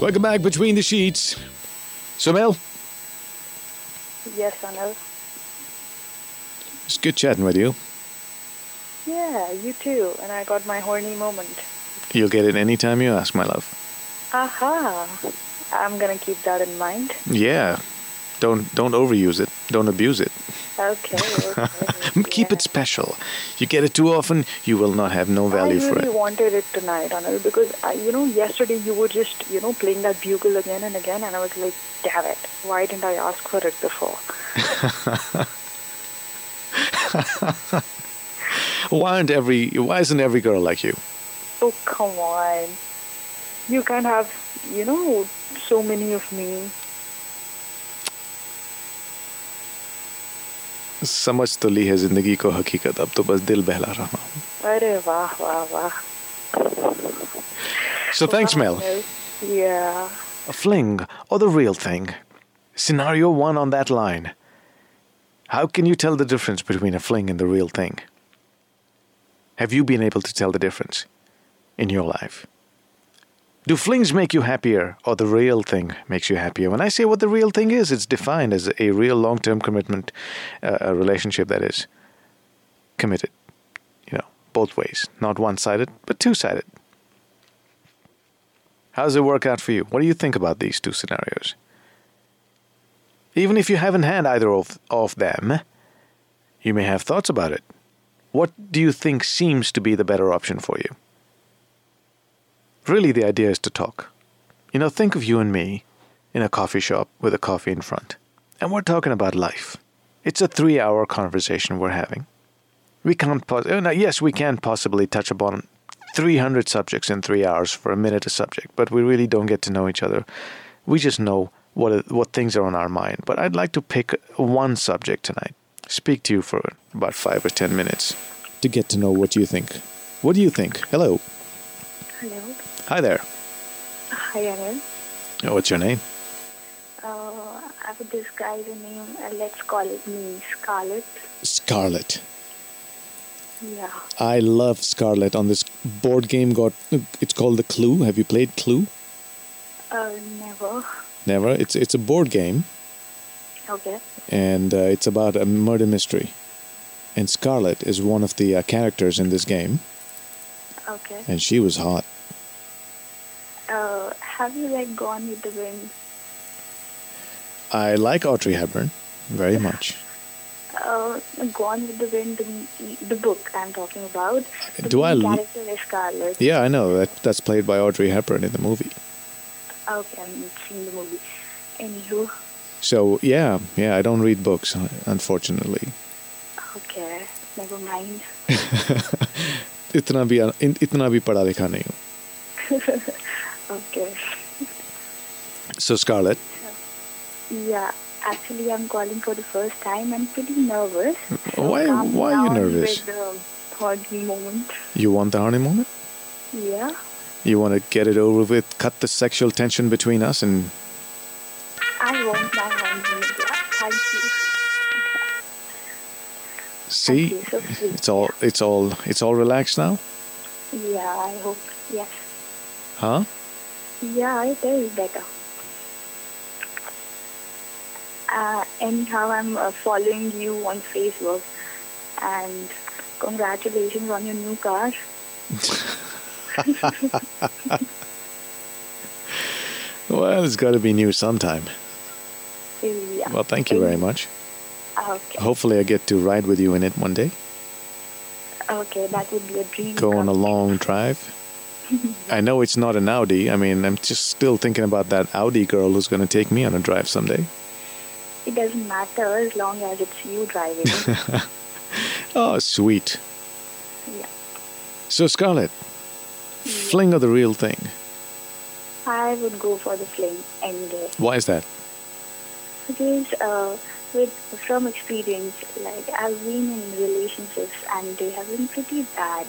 Welcome back between the sheets. So, Mel, Yes, I know. it's good chatting with you. Yeah, you too. And I got my horny moment. You'll get it anytime you ask, my love. Aha! I'm gonna keep that in mind. Yeah. Don't don't overuse it. Don't abuse it. Okay. okay. Mm, Keep it yeah. special. You get it too often, you will not have no value I for really it. wanted it tonight, Anil, because I, you know yesterday you were just you know playing that bugle again and again, and I was like, damn it, why didn't I ask for it before? Why aren't every why isn't every girl like you? Oh come on, you can't have you know so many of me. समझ तो ली है जिंदगी को हकीकत अब तो बस दिल बहला रहा हूँ Arey, wah, wah, wah. So thanks, Wow, Mel. Anil. Yeah. A fling or the real thing? Scenario one on that line. How can you tell the difference between a fling and the real thing? Have you been able to tell the difference in your life? Do flings make you happier or the real thing makes you happier? When I say what the real thing is, it's defined as a real long term commitment, uh, a relationship that is committed, you know, both ways, not one sided, but two sided. How does it work out for you? What do you think about these two scenarios? Even if you haven't had either of, of them, you may have thoughts about it. What do you think seems to be the better option for you? Really, the idea is to talk. You know, think of you and me in a coffee shop with a coffee in front, and we're talking about life. It's a three hour conversation we're having. We can't pos- oh, no, yes, we can possibly touch upon 300 subjects in three hours for a minute a subject, but we really don't get to know each other. We just know what, what things are on our mind. But I'd like to pick one subject tonight, speak to you for about five or 10 minutes to get to know what you think. What do you think? Hello. Hello. Hi there. Hi, Anil. Oh, what's your name? Uh, I would describe the name, uh, let's call it me, Scarlet. Scarlet. Yeah. I love Scarlet on this board game. Got it's called the Clue. Have you played Clue? Uh, never. Never. It's it's a board game. Okay. and uh, it's about a murder mystery. And Scarlett is one of the uh, characters in this game, Okay. and she was hot. Uh, have you like gone with the wind? I like Audrey Hepburn very much. Uh, gone with the wind, the, the book I'm talking about. The Do I main l- character is Scarlet. Yeah, I know that that's played by Audrey Hepburn in the movie. Okay, I haven't seen the movie. Anywho, So yeah, yeah, I don't read books, unfortunately. okay, never mind. इतना भी इतना भी पढ़ा लिखा नहीं हूँ. Okay. So Scarlett, Yeah, actually, I'm calling for the first time. I'm pretty nervous. why Calm why are you down nervous? Um, With the thought moment. You want the honeymoon moment? Yeah. You want to get it over with, cut the sexual tension between us, and I want my honeymoon. Yeah, thank you. see Thank you. So sweet. it's all it's all it's all relaxed now, Yeah, I hope. Yes. huh? Yeah, it is better. Uh, anyhow, I'm uh, following you on Facebook, and congratulations on your new car. Well, it's got to be new sometime. Yeah. Well, thank you very much. Okay. Hopefully, I get to ride with you in it one day. Okay, that would be a dream. Go on come a true. long drive. I know it's not an Audi. I mean, I'm just still thinking about that Audi girl who's going to take me on a drive someday. It doesn't matter as long as it's you driving. Oh, sweet. yeah. So, Scarlett, fling of the real thing. I would go for the flame any day. Why is that? Because uh, with from experience, like I've been in relationships and they have been pretty bad.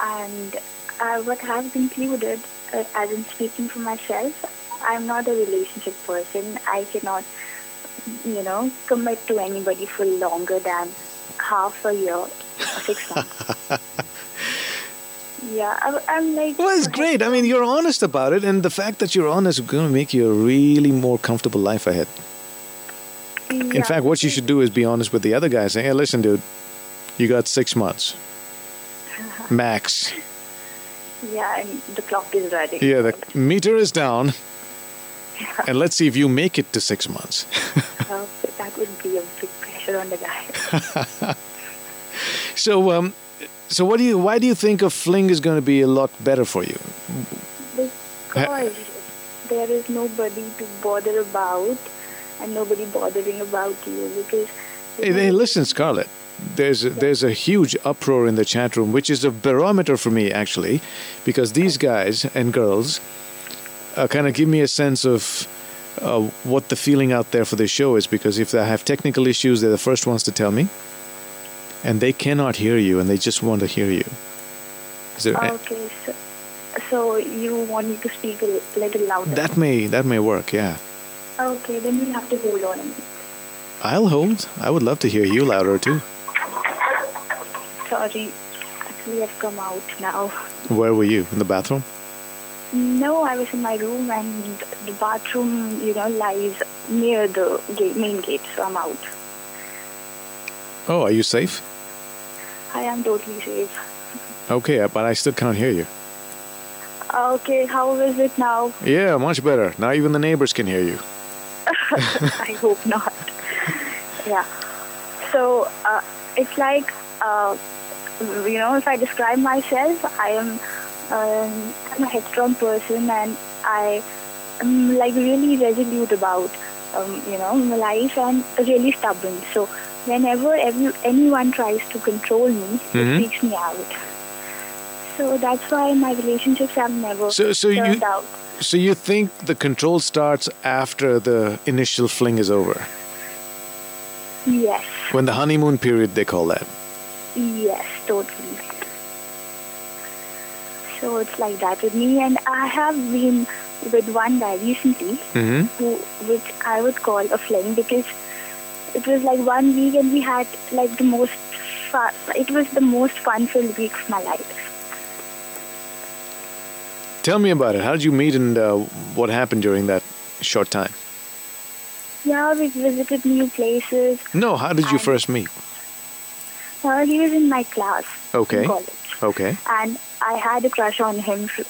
And uh, what has concluded, uh, as in speaking for myself, I'm not a relationship person. I cannot, you know, commit to anybody for longer than half a year, or six months. Yeah, I, I'm like. Well, it's great. I mean, you're honest about it, and the fact that you're honest is going to make you a really more comfortable life ahead. In fact, uh, what you should do is be honest with the other guy, saying, "Hey, listen, dude, you got six months, max. Yeah, and the clock is running. Yeah, the meter is down, and let's see if you make it to six months." Uh, that would be a big pressure on the guy. So, um, so what do you? Why do you think a fling is going to be a lot better for you? Because there is nobody to bother about and nobody bothering about you because. Hey, hey, listen, Scarlett. There's a, there's a huge uproar in the chat room, which is a barometer for me actually, because these guys and girls uh, kind of give me a sense of uh, what the feeling out there for this show is. Because if they have technical issues, they're the first ones to tell me, and they cannot hear you, and they just want to hear you. uh, Is there? a- Okay, so, so you want me to speak a li- little louder? that may that may work. Yeah, okay, then you'll have to hold on a minute. I'll hold. I would love to hear you louder too. Sorry, actually I've come out now. Where were you in the bathroom? No, I was in my room and the bathroom, you know, lies near the gate, main gate, so I'm out. Oh, are you safe? I am totally safe. Okay, uh, but I still can't hear you. Uh, Okay, how is it now? Yeah, much better. Now even the neighbors can hear you. I hope not. yeah. So uh, it's like, uh, you know, if I describe myself, I am um, I'm a headstrong person and I am like really resolute about, um, you know, my life and really stubborn. So whenever every, anyone tries to control me, Mhm. it freaks me out. So that's why my relationships have never So- so you- turned out. So you think the control starts after the initial fling is over? Yes, When the honeymoon period, they call that. yes, totally. So it's like that with me, and I have been with one guy recently, Mm-hmm. who, which I would call a fling because it was like one week, and we had like the most fun. It was the most fun-filled week of my life. Tell me about it. How did you meet and uh, what happened during that short time? Yeah, we visited new places. No, how did you Um, first meet? Uh, he was in my class Okay. in college, Okay. and I had a crush on him fr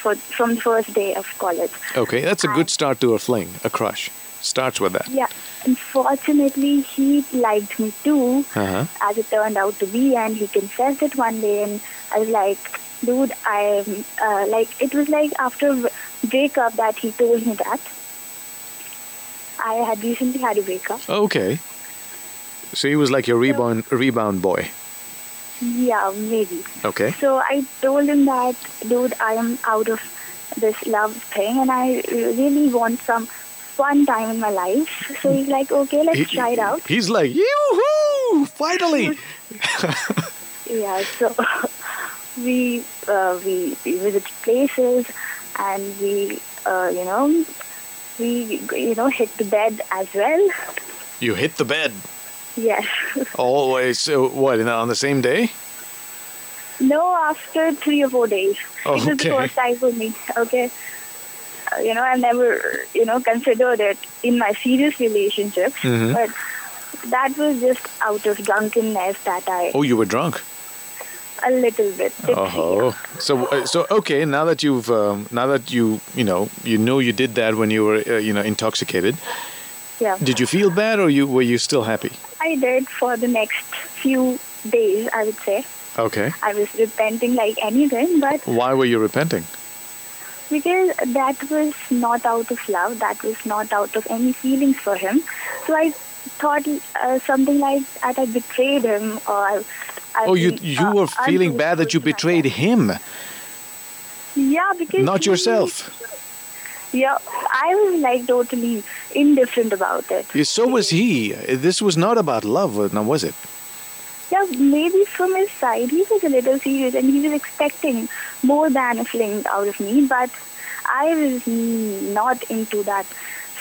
for, from the first day of college. Okay, that's a um, good start to a fling, a crush. Starts with that. Yeah, unfortunately, he liked me too, Uh-huh. as it turned out to be, and he confessed it one day, and I was like, dude, I'm uh, like, it was like after w- breakup that he told me that. I had recently had a breakup. Okay. So he was like your rebound rebound boy. Yeah, maybe. Okay. So I told him that, dude, I am out of this love thing, and I really want some fun time in my life. So he's like, okay, let's He- try it out. He's like, yoo-hoo! Finally! Yeah, so we uh, we we visit places, and we uh, you know we you know hit the bed as well. You hit the bed. Yes. Always. So what? in- On the same day? no, after three or four days, it was the Okay. first time for me. Okay. Uh, you know, I've never you know considered it in my serious relationships, Mhm. but that was just out of drunkenness that I Oh, you were drunk. a little bit. tipsy. Oh. So uh, so okay. Now that you've um, now that you you know you know you did that when you were uh, you know intoxicated. Yeah. Did you feel bad or you were you still happy? I did for the next few days, I would say. Okay. I was repenting like anything, but Why were you repenting? because that was not out of love, that was not out of any feelings for him. So I thought uh, something like that I betrayed him or I. I've Oh, you been, you uh, were feeling bad that you unfaithful to betrayed him, myself. Yeah, because not he- yourself. Yeah, I was like totally indifferent about it. Yeah, So was he. This was not about love, uh, now was it? Yeah, maybe from his side, he was a little serious and he was expecting more than a fling out of me, but I was mm, not into that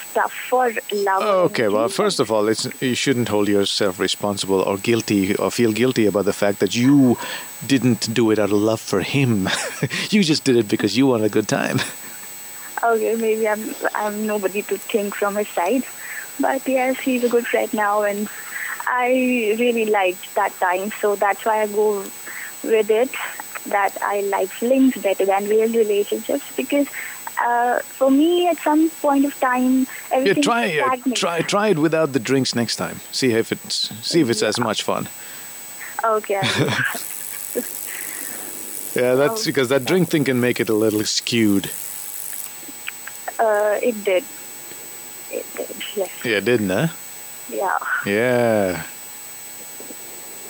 stuff for love. Okay, and well, reason. first of all, it's, you shouldn't hold yourself responsible or guilty or feel guilty about the fact that you didn't do it out of love for him. you just did it because you wanted a good time. okay, maybe I'm I'm nobody to think from his side, but yes, he's a good friend now, and I really liked that time, so that's why I go with it that I like flings better than real relationships because. Uh, for me, at some point of time, Yeah, everything try it. stagnates. Try, try it without the drinks next time. See if it's see if it's as much fun. Okay. Yeah, Oh. that's because that drink thing can make it a little skewed. Uh, it did. It did, yes. Yeah, didn't it? Yeah. Yeah.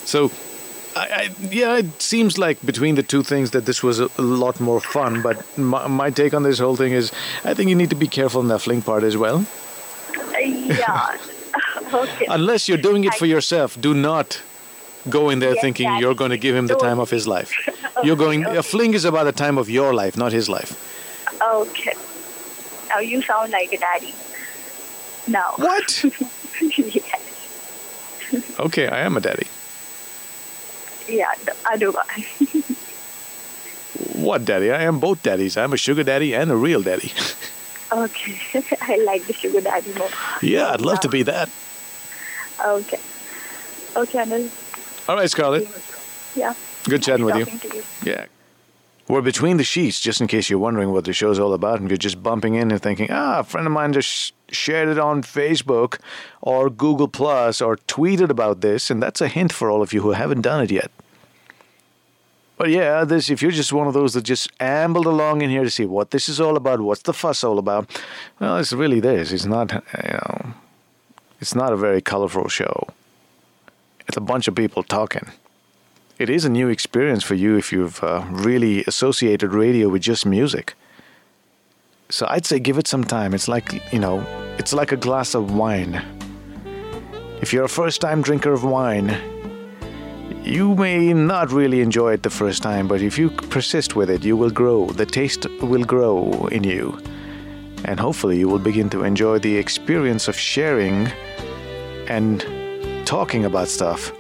So, I, I yeah, it seems like between the two things that this was a, a lot more fun. But my, my take on this whole thing is, I think you need to be careful in that fling part as well. Uh, yeah. okay. Unless you're doing it for yourself, do not go in there Yes, Oh thinking you're going to give him the time of his life. You're going. A fling is about the time of your life, not his life. okay. Now you sound like a daddy. Now. What? yes. Okay, I am a daddy. Yeah, the other one. What daddy? I am both daddies. I'm a sugar daddy and a real daddy. okay. I like the sugar daddy more. yeah, I'd love to be that. Okay. Okay, Anil. All right, Scarlett. Yeah. Good chatting with you. Talking to you. Yeah. We're between the sheets, just in case you're wondering what the show's all about, and you're just bumping in and thinking, ah, a friend of mine just shared it on Facebook or Google Plus or tweeted about this, and that's a hint for all of you who haven't done it yet. But yeah, this if you're just one of those that just ambled along in here to see what this is all about, what's the fuss all about? Well, it's really this. It's not, you know, it's not a very colorful show. It's a bunch of people talking it is a new experience for you if you've uh, really associated radio with just music. So I'd say give it some time. It's like, you know, it's like a glass of wine. If you're a first time drinker of wine, you may not really enjoy it the first time, but if you persist with it, you will grow. The taste will grow in you. And hopefully, you will begin to enjoy the experience of sharing and talking about stuff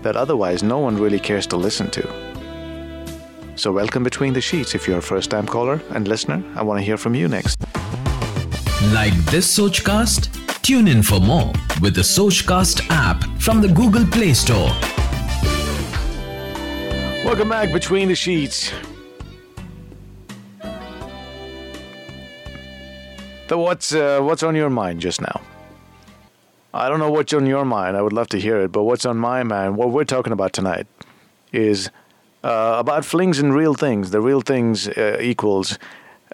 that otherwise no one really cares to listen to. So, welcome between the sheets if you're a first time caller and listener. I want to hear from you next. Like this Sochcast? Tune in for more with the Sochcast app from the Google Play Store. Welcome back between the sheets. So what's uh, what's on your mind just now? I don't know what's on your mind. I would love to hear it, but what's on my mind? What we're talking about tonight is uh, about flings and real things. The real things uh, equals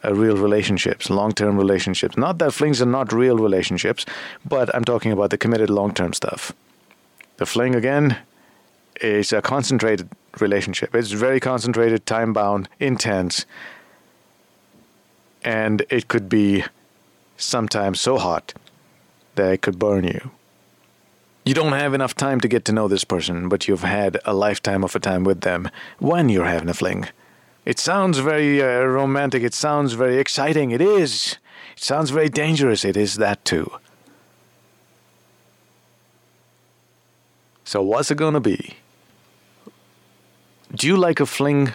uh, real relationships, long-term relationships. Not that flings are not real relationships, but I'm talking about the committed long-term stuff. The fling again, it's a concentrated relationship. It's very concentrated, time bound, intense, and it could be sometimes so hot that it could burn you. You don't have enough time to get to know this person, but you've had a lifetime of a time with them when you're having a fling. It sounds very uh, romantic, it sounds very exciting, it is. It sounds very dangerous, it is that too. So, what's it gonna be? Do you like a fling?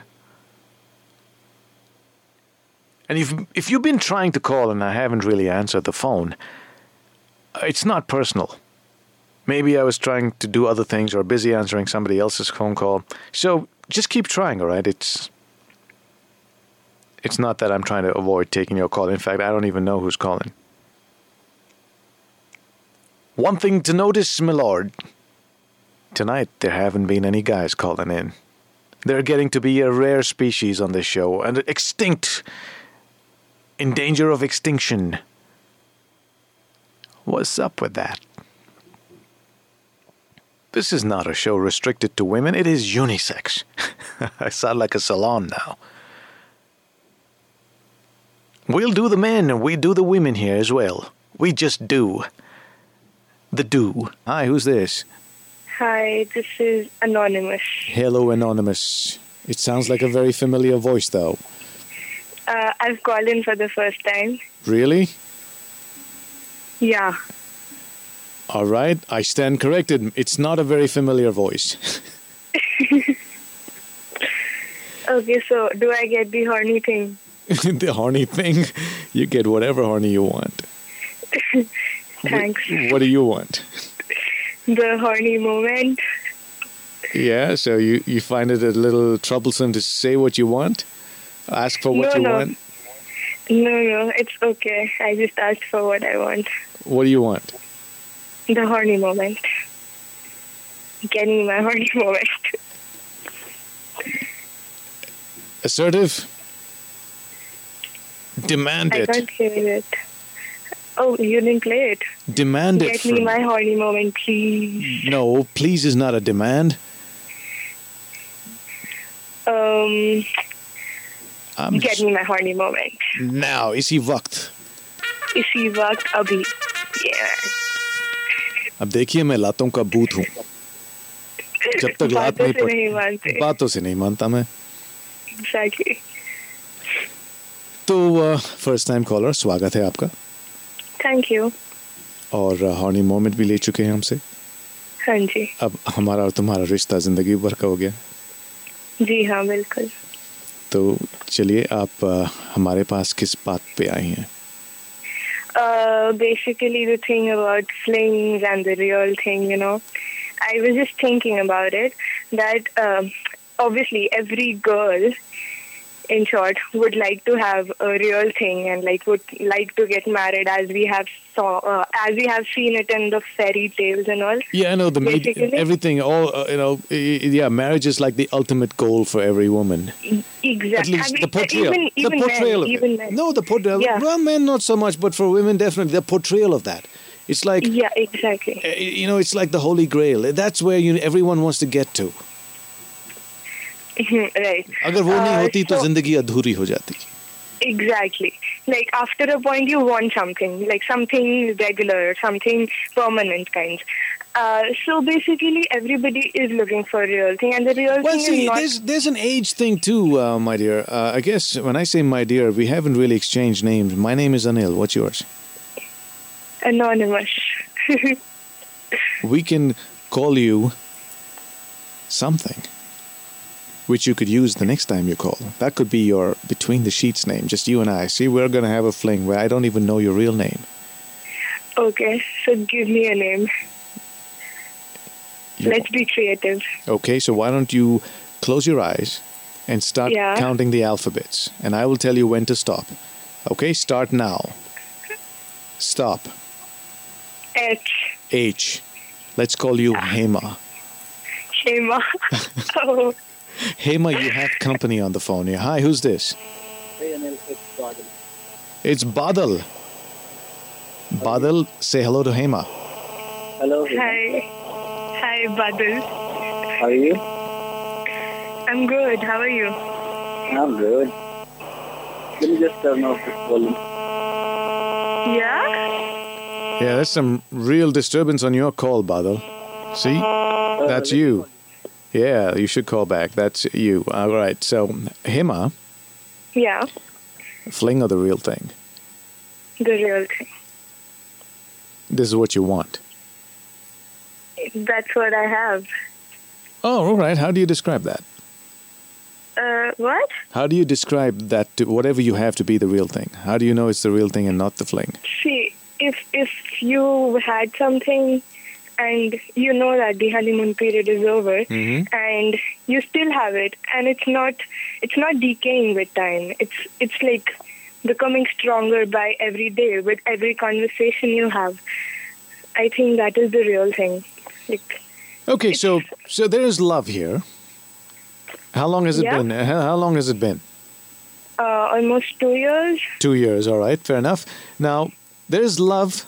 And if if you've been trying to call and I haven't really answered the phone, it's not personal. Maybe I was trying to do other things or busy answering somebody else's phone call. So just keep trying, all right? It's it's not that I'm trying to avoid taking your call. In fact, I don't even know who's calling. One thing to notice, my lord, Tonight, there haven't been any guys calling in. They're getting to be a rare species on this show and extinct, in danger of extinction. What's up with that? This is not a show restricted to women, it is unisex. I sound like a salon now. We'll do the men and we do the women here as well. We just do. The do. Hi, who's this? Hi, this is Anonymous. Hello, Anonymous. It sounds like a very familiar voice, though. Uh, I've called in for the first time. Really? Yeah. All right, I stand corrected. It's not a very familiar voice. Okay, so do I get the horny thing? the horny thing, you get whatever horny you want. Thanks. What do you want? The horny moment. Yeah, so you, you find it a little troublesome to say what you want? Ask for what No, you no. want? No, no, it's okay. I just asked for what I want. What do you want? The horny moment. Getting my horny moment. Assertive? Demand I it. can't hear it. Oh, you didn't play it. Demand it. Get me from- my horny moment, please. no, please is not a demand. Um, I'm get me my horny moment. now, is he vakt? इसी वक्त अभी Yeah. अब देखिए मैं लातों का बूत हूँ जब तक लात नहीं बातों से नहीं मानते। पड़ बातों से नहीं मानता मैं Exactly. तो फर्स्ट टाइम कॉलर स्वागत है आपका Thank you. और हॉर्नी मोमेंट भी ले चुके हैं हमसे हाँ जी अब हमारा और तुम्हारा रिश्ता ज़िंदगी भर का हो गया जी हाँ बिल्कुल तो चलिए आप अ, हमारे पास किस बात पे आई हैं Uh, basically, the thing about flings and the real thing, you know, I was just thinking about it that um, obviously every girl, in short, would like to have a real thing and like would like to get married as we have saw uh, as we have seen it in the fairy tales and all. Yeah, I know the media, Basically- everything. All uh, you know, i- i- yeah, marriage is like the ultimate goal for every woman. Exactly. At least I mean, the portrayal, Even, the even portrayal men, of even it. men. No, the portrayal. Yeah. Well, men not so much, but for women definitely the portrayal of that. It's like Yeah, exactly. uh, you know, it's like the holy grail. That's where you everyone wants to get to. right. अगर वो नहीं Uh, होती तो so- जिंदगी अधूरी हो जाती. Exactly. Like after a point, you want something, like something regular, something permanent, kind. Uh, so basically, everybody is looking for a real thing, and the real Well, see, thing is not. there's there's an age thing too, uh, my dear. Uh, I guess when I say my dear, we haven't really exchanged names. My name is Anil. What's yours? anonymous. we can call you something which you could use the next time you call. That could be your between the sheets name, just you and I. See, we're going to have a fling where I don't even know your real name. okay, so give me a name. You- Let's be creative. okay, so why don't you close your eyes and start Yeah. counting the alphabets, and I will tell you when to stop. Okay, start now. Stop. H. H. Let's call you Hema. Shema. oh, Hema, you have company on the phone here. Hi, who's this? Hey Anil, it's Godel. It's Badal. Badal, say hello to Hema. Hello, hi. Hi, Badal. how are you? I'm good. How are you? I'm good. Let me just turn off this volume. Yeah? Yeah, that's some real disturbance on your call, Badal. See? Uh, That's let me you. Yeah, you should call back. That's you. All right. So, Hema, Yeah. fling or the real thing? The real thing. This is what you want. That's what I have. Oh, all right. How do you describe that? Uh, what? How do you describe that, to whatever you have to be the real thing? How do you know it's the real thing and not the fling? See, if if you had something and you know that the honeymoon period is over and you still have it and it's not it's not decaying with time. It's it's like becoming stronger by every day with every conversation you have. I think that is the real thing. Like Okay, so so there is love here. How long has it Yeah. been? Uh, How how long has it been? uh, almost two years. Two years, all right, fair enough. Now, there's love.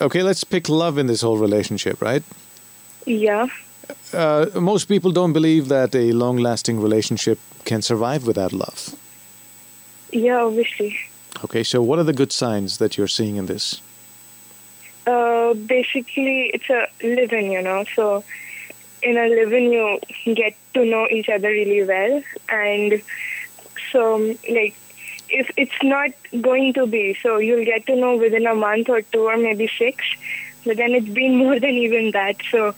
Okay, let's pick love in this whole relationship, right? Yeah. Uh, most people don't believe that a long lasting relationship can survive without love. Yeah, obviously. Okay, so what are the good signs that you're seeing in this? Uh, basically, it's a living, you know. So, in a living, you get to know each other really well, and so like if it's not going to be. So you'll get to know within a month or two or maybe six. But then it's been more than even that. So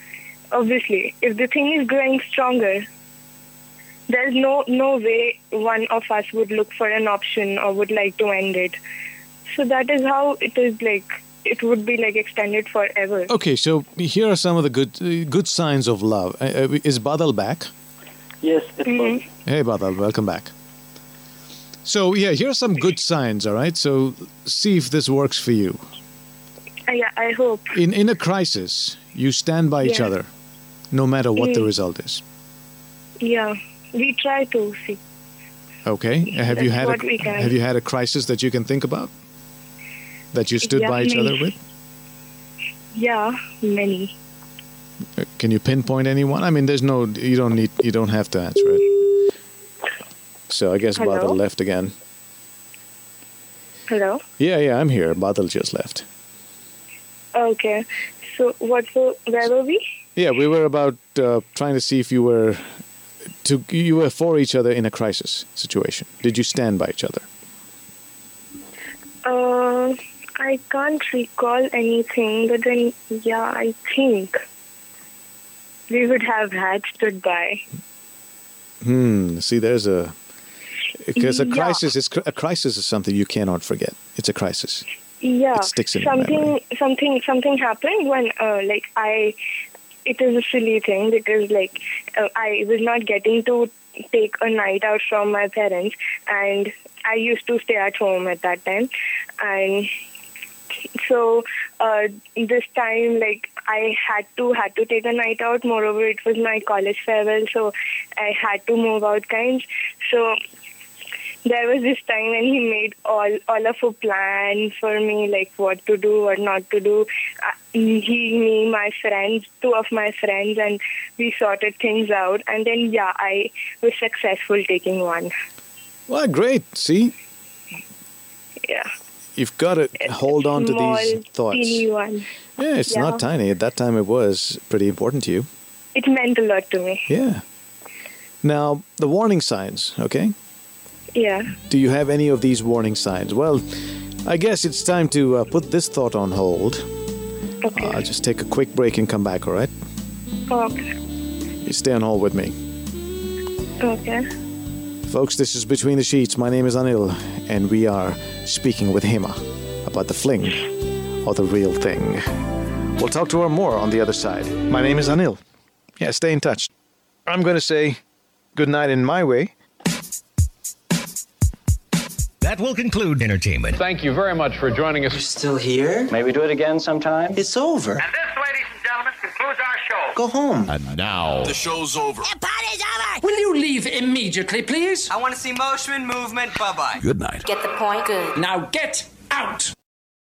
obviously, if the thing is growing stronger, there's no no way one of us would look for an option or would like to end it. So that is how it is like. It would be like extended forever. Okay, so here are some of the good uh, good signs of love. Uh, uh, is Badal back? Yes, it's Mhm. possible. Hey, Badal, welcome back. So yeah, here are some good signs. All right, so see if this works for you. Uh, yeah, I hope. In in a crisis, you stand by each Yeah. other, no matter what the Mm. result is. Yeah, we try to see. Okay. Have you That's had what we a, can. have you had a crisis that you can think about that you stood Yeah, by each many. other with? Yeah, many. Uh, Can you pinpoint anyone? I mean, there's no you don't need you don't have to answer it. So I guess Hello? Badal left again. Hello. Yeah, yeah, I'm here. Badal just left. Okay. So what? So where were we? Yeah, we were about uh, trying to see if you were to you were for each other in a crisis situation. Did you stand by each other? Uh, I can't recall anything, but then yeah, I think we would have had stood by. Hmm. See, there's a because a Yeah. crisis is a crisis is something you cannot forget. It's a crisis. Yeah, It sticks in your something, memory. something, something happened when uh, like I. It is a silly thing because like uh, I was not getting to take a night out from my parents, and I used to stay at home at that time, and so uh, this time like i had to had to take a night out moreover it was my college farewell so i had to move out kinds so there was this time when he made all all of a plan for me like what to do what not to do uh, he me my friends two of my friends and we sorted things out and then yeah i was successful taking one Well, great. See, yeah you've got to hold on to Small, these thoughts. teeny one Yeah, it's Yeah. not tiny. At that time, it was pretty important to you. it meant a lot to me Yeah. Now, the warning signs, okay? yeah Do you have any of these warning signs? Well, I guess it's time to uh, put this thought on hold. okay I'll just take a quick break and come back, all right? Okay. You stay on hold with me. Okay. Folks, this is Between the Sheets. My name is Anil, and we are speaking with Hema about the fling or the real thing. We'll talk to her more on the other side. My name is Anil. Yeah, stay in touch. I'm going to say goodnight in my way. That will conclude entertainment. Thank you very much for joining us. Still here? May we do it again sometime? It's over. And this, ladies and gentlemen, concludes our show. Go home. And now, Will you leave immediately, please? I want to see motion, movement, bye bye. good night. Get the point? Good. Now get out!